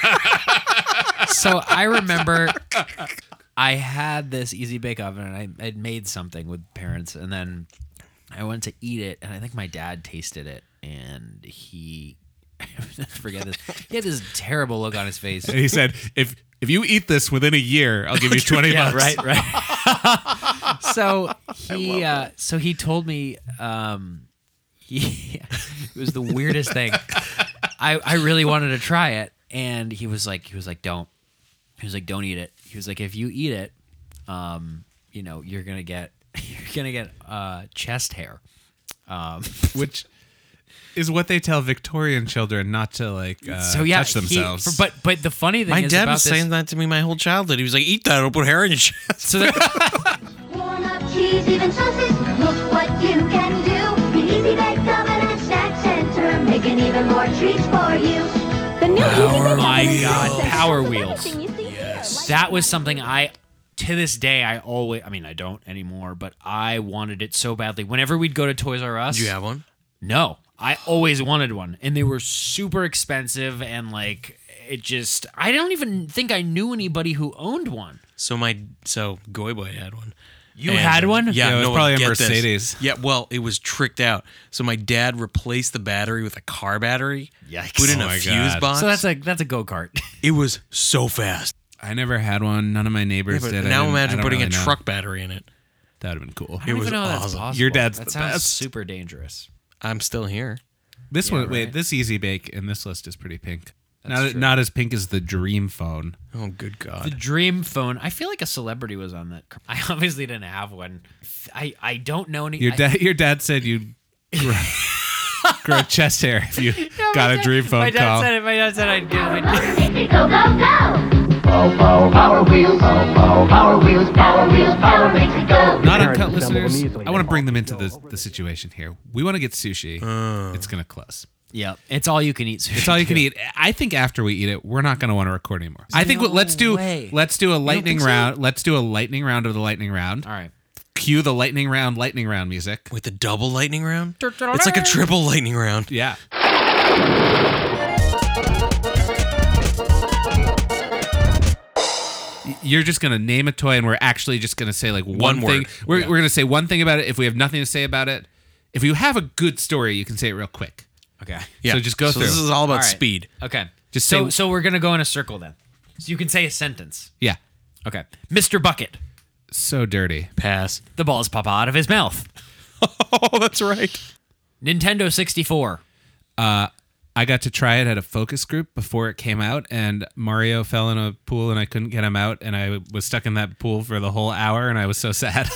Speaker 1: so I remember I had this easy bake oven and I had made something with parents and then I went to eat it and I think my dad tasted it and he <laughs> I forget this. He had this terrible look on his face.
Speaker 2: And he said, "If if you eat this within a year, I'll give you twenty
Speaker 1: yeah,
Speaker 2: bucks."
Speaker 1: right, right. so he uh, so he told me um, <laughs> he, it was the weirdest thing. I I really wanted to try it, and he was like he was like don't he was like don't eat it. He was like if you eat it, um, you know you're gonna get <laughs> you're gonna get uh, chest hair. Um,
Speaker 2: <laughs> Which is what they tell Victorian children not to like uh,
Speaker 1: so yeah,
Speaker 2: touch
Speaker 1: he-
Speaker 2: themselves.
Speaker 1: but but the funny thing
Speaker 3: My
Speaker 1: is
Speaker 3: dad
Speaker 1: about
Speaker 3: was
Speaker 1: this,
Speaker 3: saying that to me my whole childhood. He was like, "Eat that, it'll put hair in your chest."
Speaker 1: so
Speaker 3: <laughs>
Speaker 1: that,
Speaker 6: Warm up cheese, even sauces. Look what you can do. An easy bake oven and snack center, making even more treats for you. The new
Speaker 1: Power- Oh my God, Power Wheels.
Speaker 6: Yes.
Speaker 1: that was something I to this day I always I mean I don't anymore, but I wanted it so badly. Whenever we'd go to Toys R Us,
Speaker 3: Do you have one?
Speaker 1: no, I always wanted one, and they were super expensive and like it just I don't even think I knew anybody who owned one.
Speaker 3: So my so Goy Boy had one.
Speaker 1: You
Speaker 3: And-
Speaker 1: had one?
Speaker 3: Yeah,
Speaker 2: Yeah, it was
Speaker 3: no,
Speaker 2: probably a
Speaker 3: get this.
Speaker 2: Mercedes.
Speaker 3: Yeah, well, it was tricked out. So my dad replaced the battery with a car battery.
Speaker 1: Yikes.
Speaker 3: Put in
Speaker 2: Oh
Speaker 3: a
Speaker 2: my
Speaker 3: fuse
Speaker 2: God.
Speaker 3: box.
Speaker 1: So that's like that's a go kart.
Speaker 3: it was so fast.
Speaker 2: I never had one. None of my neighbors
Speaker 3: but
Speaker 2: did. I
Speaker 3: now
Speaker 2: didn't- I
Speaker 3: imagine
Speaker 2: don't
Speaker 3: putting
Speaker 2: really
Speaker 3: a
Speaker 2: know.
Speaker 3: truck battery in it.
Speaker 2: That would have been cool.
Speaker 1: <laughs> I don't
Speaker 3: was
Speaker 1: even know how that's
Speaker 3: awesome.
Speaker 1: possible.
Speaker 2: Your dad's
Speaker 1: that
Speaker 2: the
Speaker 1: sounds
Speaker 2: best.
Speaker 1: super dangerous.
Speaker 3: I'm still here.
Speaker 2: This
Speaker 1: Yeah,
Speaker 2: one, wait,
Speaker 1: right.
Speaker 2: this easy bake in this list is pretty pink.
Speaker 1: That's
Speaker 2: not
Speaker 1: true.
Speaker 2: not as pink as the dream phone.
Speaker 3: Oh, good
Speaker 1: The
Speaker 3: God.
Speaker 1: dream phone. I feel like a celebrity was on that. com- <laughs> I obviously didn't have one. I, I don't know any.
Speaker 2: Your
Speaker 1: I-
Speaker 2: dad, your dad said you grow,
Speaker 1: <laughs>
Speaker 2: grow chest hair if you
Speaker 1: Yeah, my
Speaker 2: got a
Speaker 1: dad-
Speaker 2: dream
Speaker 1: <laughs>
Speaker 2: phone
Speaker 1: My dad
Speaker 2: call.
Speaker 1: said it. My dad said I did. I did.
Speaker 6: Go,
Speaker 7: Oh,
Speaker 6: go, go.
Speaker 5: Power wheels, power wheels, power wheels,
Speaker 6: Power makes it go.
Speaker 2: not
Speaker 5: Parents
Speaker 2: uncut
Speaker 5: assemble
Speaker 2: listeners.
Speaker 5: immediately.
Speaker 2: I want to bring them into the, the situation here. We want to get sushi. It's gonna close.
Speaker 1: Yeah, it's all you can eat. <laughs>
Speaker 2: It's all you can eat. I think after we eat it, we're not gonna want to record anymore. I think what, let's do
Speaker 1: way.
Speaker 2: let's do a lightning round. Let's do a lightning round of the lightning round.
Speaker 1: All right.
Speaker 2: Cue the lightning round, lightning round music.
Speaker 3: With the double lightning round? It's like a triple lightning round.
Speaker 2: Yeah. You're just gonna name a toy, and we're actually just gonna say like one,
Speaker 3: One
Speaker 2: thing.
Speaker 3: word.
Speaker 2: We're,
Speaker 3: Yeah.
Speaker 2: we're gonna say one thing about it. If we have nothing to say about it, if you have a good story, you can say it real quick.
Speaker 1: Okay.
Speaker 3: Yeah.
Speaker 2: So just go
Speaker 3: so
Speaker 2: through.
Speaker 3: This is all about
Speaker 1: All right.
Speaker 3: speed.
Speaker 1: Okay.
Speaker 2: Just
Speaker 1: so
Speaker 2: say-
Speaker 1: so we're gonna go in a circle then. So you can say a sentence.
Speaker 2: Yeah.
Speaker 1: Okay. Mr. Bucket.
Speaker 2: So dirty.
Speaker 3: Pass.
Speaker 1: The balls pop out of his
Speaker 2: <laughs>
Speaker 1: mouth.
Speaker 3: Oh, that's right.
Speaker 1: Nintendo 64.
Speaker 2: I got to try it at a focus group before it came out, and Mario fell in a pool, and I couldn't get him out, and I was stuck in that pool for the whole hour, and I was so <laughs> sad.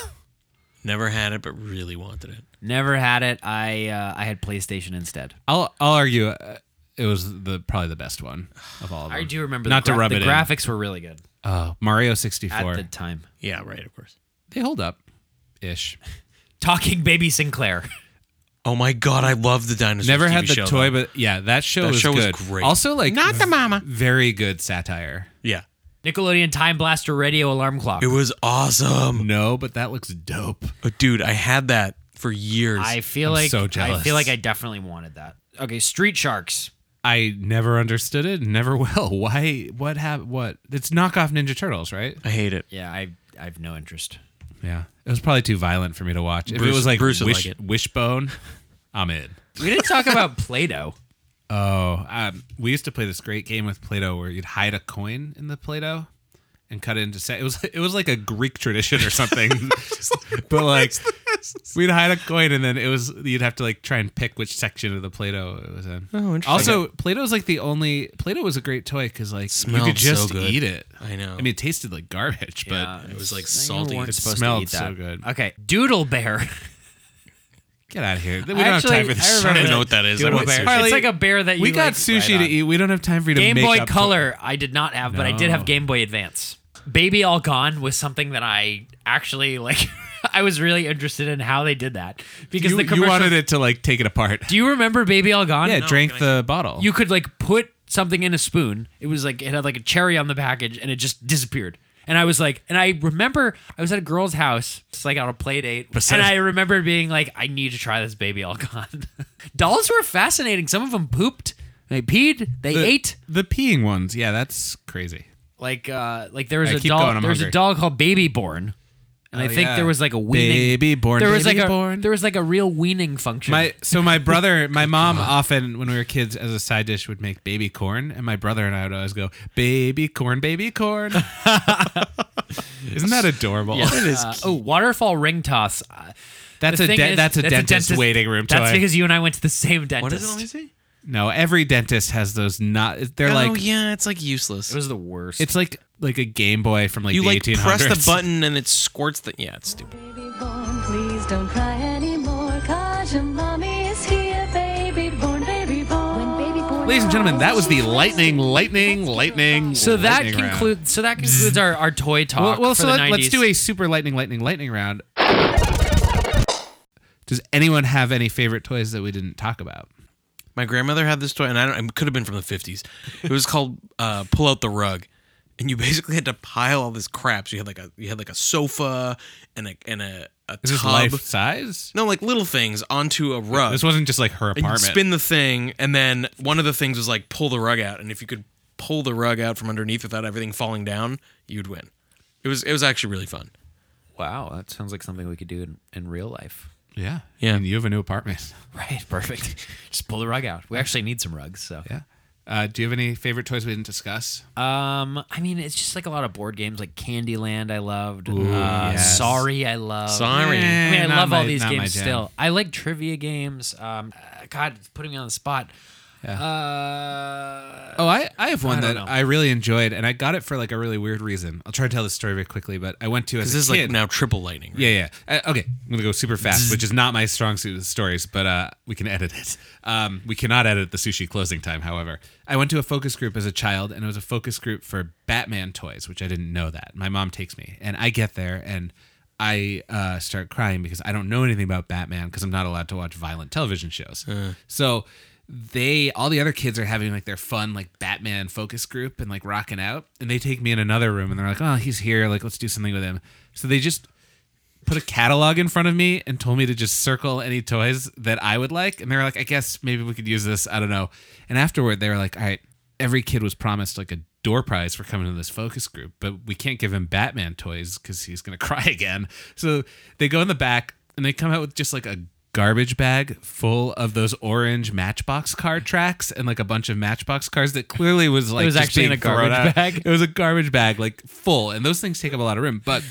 Speaker 3: Never had it, but really wanted it.
Speaker 1: Never had it. I uh, I had PlayStation instead.
Speaker 2: I'll I'll argue uh, it was the probably the best one of all of them.
Speaker 1: I do remember
Speaker 2: not
Speaker 1: the,
Speaker 2: to
Speaker 1: gra-
Speaker 2: rub
Speaker 1: the
Speaker 2: it
Speaker 1: graphics were really good
Speaker 2: in. Oh, Mario
Speaker 1: at
Speaker 2: 64.
Speaker 1: the time.
Speaker 3: Yeah, right, of course.
Speaker 2: they hold up, ish.
Speaker 1: Talking Baby Sinclair. <laughs>
Speaker 3: Oh my God, I love the dinosaurs.
Speaker 2: Never
Speaker 3: TV
Speaker 2: had the
Speaker 3: show,
Speaker 2: toy,
Speaker 3: though.
Speaker 2: but yeah, that show
Speaker 3: That
Speaker 2: was
Speaker 3: show was
Speaker 2: good.
Speaker 3: great.
Speaker 2: Also, like
Speaker 3: Not the
Speaker 2: v-
Speaker 3: mama.
Speaker 2: Very good satire.
Speaker 3: Yeah.
Speaker 1: Nickelodeon Time Blaster Radio Alarm Clock.
Speaker 3: It was awesome.
Speaker 2: No, but that looks dope.
Speaker 3: But dude, I had that for years.
Speaker 1: I feel
Speaker 2: I'm
Speaker 1: like
Speaker 2: so
Speaker 1: I
Speaker 2: jealous.
Speaker 1: feel like I definitely wanted that. Okay, Street Sharks.
Speaker 2: I never understood it, never will. <laughs> Why? What happened? What? It's knockoff Ninja Turtles, right?
Speaker 3: I hate it.
Speaker 1: Yeah, I I've no interest.
Speaker 2: Yeah, it was probably too violent for me to watch. If it
Speaker 3: Bruce-
Speaker 2: was like
Speaker 3: Bruce would
Speaker 2: wish,
Speaker 3: like it.
Speaker 2: Wishbone, I'm in.
Speaker 1: We didn't talk <laughs> about Play-Doh.
Speaker 2: Oh, um, we used to play this great game with Play-Doh where you'd hide a coin in the Play-Doh and cut it into set. It was it was like a Greek tradition or
Speaker 1: <laughs>
Speaker 2: something, <laughs> but like we'd hide a coin and then it was you'd have to like try and pick which section of the Play-Doh it was in.
Speaker 3: Oh, interesting.
Speaker 2: Also, Play-Doh's like the only Play-Doh was a great toy because like you
Speaker 3: smelled
Speaker 2: could just
Speaker 3: so good.
Speaker 2: eat it.
Speaker 3: I know.
Speaker 2: I mean, it tasted like garbage, but
Speaker 1: Yeah,
Speaker 3: it was like
Speaker 1: I think we
Speaker 3: salty.
Speaker 1: weren't
Speaker 2: It
Speaker 1: supposed to
Speaker 2: smelled
Speaker 1: eat <laughs>
Speaker 2: so
Speaker 1: that.
Speaker 2: good.
Speaker 1: Okay, Doodle Bear.
Speaker 2: Uh, Get out of here. We don't
Speaker 1: Actually,
Speaker 2: have time for this.
Speaker 1: I
Speaker 2: shit.
Speaker 1: remember
Speaker 3: I don't know what that is.
Speaker 1: Doodle
Speaker 3: I want
Speaker 1: bear.
Speaker 3: sushi.
Speaker 1: It's
Speaker 2: Harley,
Speaker 1: like a bear that you
Speaker 2: we got
Speaker 1: like,
Speaker 2: sushi
Speaker 1: ride
Speaker 2: to
Speaker 1: on.
Speaker 2: eat. We don't have time for you to
Speaker 1: Game
Speaker 2: make
Speaker 1: Boy
Speaker 2: up to-
Speaker 1: Color, I did not have, but I did
Speaker 2: No.
Speaker 1: have Game Boy Advance. Baby All Gone was something that I actually like. <laughs> I was really interested in how they did that because
Speaker 2: you,
Speaker 1: the
Speaker 2: you
Speaker 1: commercial.
Speaker 2: wanted it to like take
Speaker 1: <laughs>
Speaker 2: it apart.
Speaker 1: Do you remember Baby All Gone?
Speaker 2: yeah,
Speaker 1: No.
Speaker 2: drank the bottle.
Speaker 1: You could like put something in a spoon. It was like it had like a cherry on the package, and it just disappeared. And I was like, and I remember I was at a girl's house, just like on a play date, and I remember being like, I need to try this Baby All Gone. <laughs> Dolls were fascinating. Some of them pooped, they peed, they
Speaker 2: the,
Speaker 1: ate.
Speaker 2: the peeing ones. Yeah, that's crazy.
Speaker 1: like uh like there was
Speaker 2: All right,
Speaker 1: a
Speaker 2: keep
Speaker 1: doll
Speaker 2: going, I'm
Speaker 1: there was a
Speaker 2: hungry.
Speaker 1: doll called baby born and i
Speaker 2: Oh,
Speaker 1: think
Speaker 2: yeah.
Speaker 1: there was like a weaning
Speaker 2: Baby Born,
Speaker 1: there was
Speaker 2: Baby
Speaker 1: like a
Speaker 2: Born.
Speaker 1: there was like a real weaning function
Speaker 2: My
Speaker 1: <laughs>
Speaker 2: so my brother, my mom often when we were kids as a side dish would make baby corn, and my brother and I would always go baby corn, baby
Speaker 1: <laughs>
Speaker 2: corn. Isn't that adorable?
Speaker 1: Uh, oh waterfall ring toss Uh,
Speaker 2: That's
Speaker 1: the
Speaker 2: a
Speaker 1: thing
Speaker 2: de-
Speaker 1: is-
Speaker 2: that's a dentist waiting room
Speaker 1: that's
Speaker 2: toy.
Speaker 1: because you and i went to the same dentist
Speaker 3: What is it? Let me see.
Speaker 2: no, every dentist has those. Not they're
Speaker 3: oh
Speaker 2: like
Speaker 3: yeah, it's like useless.
Speaker 1: it was the worst
Speaker 2: it's like like a Game Boy from like
Speaker 3: you
Speaker 2: the
Speaker 3: like
Speaker 2: 1800s.
Speaker 3: press the button and it squirts the. Yeah, it's stupid.
Speaker 7: Baby born, please don't cry anymore. Cause your mommy is here, baby born, baby born. When baby born
Speaker 2: Ladies and gentlemen, that was the lightning, lightning, lightning.
Speaker 1: so that
Speaker 2: lightning round.
Speaker 1: concludes so that concludes our, our toy
Speaker 2: <laughs> Well,
Speaker 1: talk
Speaker 2: well,
Speaker 1: for
Speaker 2: so
Speaker 1: the
Speaker 2: let, us
Speaker 1: 90s.
Speaker 2: do a super lightning, lightning, lightning round. Does anyone have any favorite toys that we didn't talk about?
Speaker 3: My grandmother had this toy, and I don't. It could have been from the fifties. It was called uh, "Pull Out the Rug," and you basically had to pile all this crap. So you had like a you had like a sofa and a and a, a
Speaker 2: Is this
Speaker 3: tub.
Speaker 2: life size?
Speaker 3: No, like little things onto a rug.
Speaker 2: This wasn't just like her
Speaker 3: and you
Speaker 2: apartment.
Speaker 3: spin the thing, and then one of the things was like pull the rug out, and if you could pull the rug out from underneath without everything falling down, you'd win. It was it was actually really fun.
Speaker 1: wow that sounds like something we could do in, in real life
Speaker 2: yeah,
Speaker 3: Yeah.
Speaker 2: And you have a new apartment.
Speaker 1: right perfect <laughs> just pull the rug out we actually need some rugs so
Speaker 2: Yeah. Uh, do you have any favorite toys we didn't discuss?
Speaker 1: Um, I mean, it's just like a lot of board games, like Candyland. I loved. uh,
Speaker 2: yes.
Speaker 1: Sorry, I love.
Speaker 3: Sorry.
Speaker 1: I mean, I
Speaker 2: Not
Speaker 1: love all
Speaker 2: my-
Speaker 1: these
Speaker 2: not my
Speaker 1: games
Speaker 2: jam.
Speaker 1: still. I like trivia games. Um, uh, God, it's putting me on the spot. Uh,
Speaker 2: Oh, I, I have one
Speaker 1: I don't
Speaker 2: that
Speaker 1: know.
Speaker 2: I really enjoyed, and I got it for like a really weird reason. I'll try to tell this story very quickly, but I went to as
Speaker 3: This
Speaker 2: a
Speaker 3: is
Speaker 2: kid.
Speaker 3: like now triple lightning. Right?
Speaker 2: Yeah, yeah. Uh, okay, I'm gonna go super fast, which is not my strong suit of stories, but uh, we can edit it. Um, we cannot edit the sushi closing time, however. I went to a focus group as a child, and it was a focus group for Batman toys, which I didn't know that. My mom takes me, and I get there, and I uh, start crying because I don't know anything about Batman because I'm not allowed to watch violent television shows. So they all the other kids are having like their fun like Batman focus group and like rocking out, and they take me in another room, and they're like, "Oh, he's here! Like, let's do something with him." So they just put a catalog in front of me and told me to just circle any toys that I would like. And they were like, I guess maybe we could use this. I don't know. And afterward, they were like, all right, every kid was promised like a door prize for coming to this focus group, but we can't give him Batman toys because he's going to <laughs> cry again. So they go in the back and they come out with just like a garbage bag full of those orange matchbox car tracks and like a bunch of matchbox cars that clearly was like
Speaker 1: was
Speaker 2: just
Speaker 1: actually in
Speaker 2: being
Speaker 1: a garbage
Speaker 2: thrown out.
Speaker 1: bag?
Speaker 2: It was a garbage bag, like full, and those things take up a lot of room, but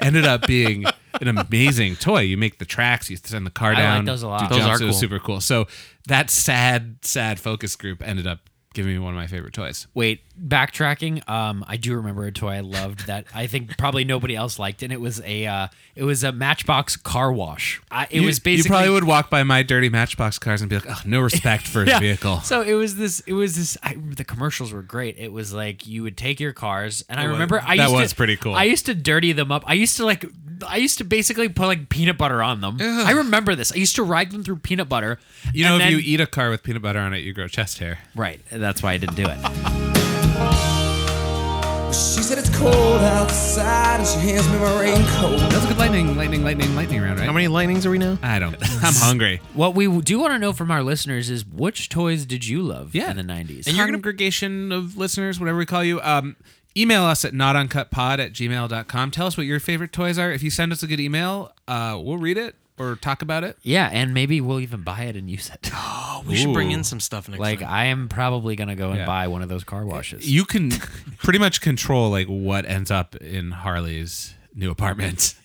Speaker 2: ended up being an amazing toy. You make the tracks, you send the car
Speaker 1: I like
Speaker 2: down.
Speaker 1: those a lot.
Speaker 2: do
Speaker 1: Those
Speaker 2: jumps,
Speaker 3: are
Speaker 2: It was
Speaker 3: cool.
Speaker 2: super cool. So that sad, sad focus group ended up giving me one of my favorite toys.
Speaker 1: Wait, backtracking. Um, I do remember a toy I loved that I think probably nobody else liked, and it was a uh, it was a Matchbox car wash. I, it
Speaker 2: you,
Speaker 1: was basically
Speaker 2: you probably would walk by my dirty Matchbox cars and be like, "Oh, no respect for
Speaker 1: <laughs>
Speaker 2: his
Speaker 1: Yeah.
Speaker 2: vehicle."
Speaker 1: So it was this. It was this. I, the commercials were great. It was like you would take your cars, and I remember I
Speaker 2: that
Speaker 1: used
Speaker 2: was
Speaker 1: to,
Speaker 2: pretty cool.
Speaker 1: I used to dirty them up. I used to like. I used to basically put like peanut butter on them. I remember this. I used to ride them through peanut butter.
Speaker 2: you know,
Speaker 1: and
Speaker 2: if you
Speaker 1: then-
Speaker 2: eat a car with peanut butter on it, you grow chest hair.
Speaker 1: right, that's why I didn't do it.
Speaker 8: She said it's cold outside and she hands me my raincoat.
Speaker 2: That was a good lightning, lightning, lightning, lightning round, right?
Speaker 3: How many lightnings are we now?
Speaker 2: I don't. <laughs> I'm hungry.
Speaker 1: what we do want to know from our listeners is which toys did you love
Speaker 2: yeah.
Speaker 1: in the nineties?
Speaker 2: And your congregation of listeners, whatever we call you, um, email us at notuncutpod at gmail.com. Tell us what your favorite toys are. If you send us a good email, uh, we'll read it or talk about it.
Speaker 1: yeah, and maybe we'll even buy it and use
Speaker 2: <gasps>
Speaker 1: it.
Speaker 3: Oh, we should bring
Speaker 2: Ooh.
Speaker 3: in some stuff next.
Speaker 1: like
Speaker 3: time.
Speaker 1: I am probably gonna go and
Speaker 2: Yeah.
Speaker 1: buy one of those car washes.
Speaker 2: You can <laughs> pretty much control like what ends up in Harley's new <laughs> apartment.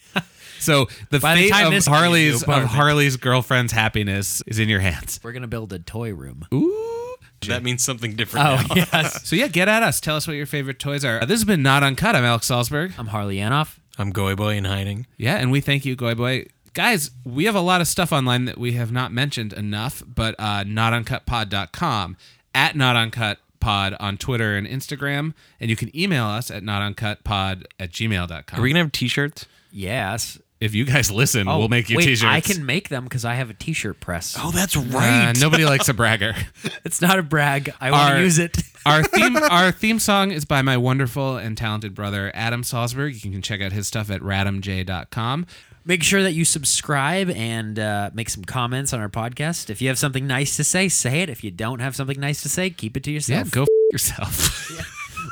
Speaker 2: So the
Speaker 1: By the
Speaker 2: fate
Speaker 1: time
Speaker 2: of
Speaker 1: this kid's new
Speaker 2: Harley's of
Speaker 1: apartment-
Speaker 2: Harley's girlfriend's happiness is in your hands.
Speaker 1: We're gonna build a toy room.
Speaker 2: Ooh.
Speaker 3: that means something
Speaker 2: <laughs>
Speaker 3: different.
Speaker 1: Oh <laughs>
Speaker 3: now.
Speaker 1: yes.
Speaker 2: So yeah, get at us. Tell us what your favorite toys are. Uh, this has been Not Uncut. I'm Alex Salzberg.
Speaker 1: I'm Harley Anoff.
Speaker 3: I'm Goy Boy in hiding.
Speaker 2: Yeah, and we thank you, Goy Boy. Guys, we have a lot of stuff online that we have not mentioned enough, but uh, notuncutpod.com, at notuncutpod on Twitter and Instagram, and you can email us at notuncutpod at gmail.com.
Speaker 3: Are we gonna have T-shirts?
Speaker 1: Yes.
Speaker 2: if you guys listen,
Speaker 1: Oh,
Speaker 2: we'll make you
Speaker 1: wait,
Speaker 2: t-shirts.
Speaker 1: I can make them because I have a T-shirt press.
Speaker 3: Oh, that's
Speaker 2: Uh,
Speaker 3: right.
Speaker 2: nobody likes a bragger.
Speaker 1: It's not a brag. I want
Speaker 2: Our-
Speaker 1: to use it. <laughs>
Speaker 2: <laughs> our theme our theme song is by my wonderful and talented brother Adam Salzberg. You can check out his stuff at radamj.com.
Speaker 1: Make sure that you subscribe and uh, make some comments on our podcast. If you have something nice to say, say it. If you don't have something nice to say, keep it to
Speaker 2: Yeah,
Speaker 1: yourself.
Speaker 2: go f- <laughs> yourself.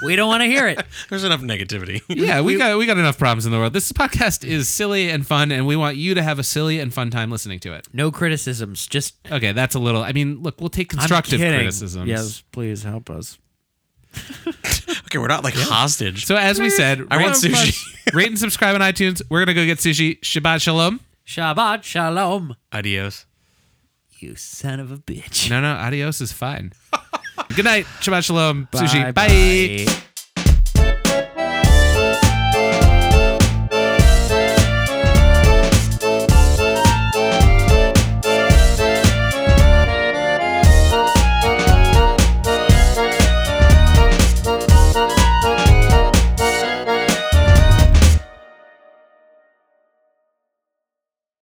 Speaker 1: We don't want to hear
Speaker 2: <laughs>
Speaker 1: it.
Speaker 3: There's enough negativity. <laughs>
Speaker 2: yeah, we got we got enough problems in the world. This podcast is silly and fun, and we want you to have a silly and fun time listening to it.
Speaker 1: No criticisms. Just
Speaker 2: Okay, that's a little. I mean, look, we'll take constructive
Speaker 1: I'm kidding.
Speaker 2: criticisms.
Speaker 1: Yes, please help us.
Speaker 3: okay, we're not like hostage.
Speaker 2: So as we said,
Speaker 3: I
Speaker 2: rate
Speaker 3: want
Speaker 2: and
Speaker 3: sushi.
Speaker 2: plus- <laughs> rate and subscribe on iTunes. We're gonna go get sushi. Shabbat shalom.
Speaker 1: Shabbat shalom.
Speaker 3: Adios.
Speaker 1: You son of a bitch.
Speaker 2: No, no, adios is fine. Good night. Shabbat shalom. sushi. Bye.
Speaker 1: Bye-bye.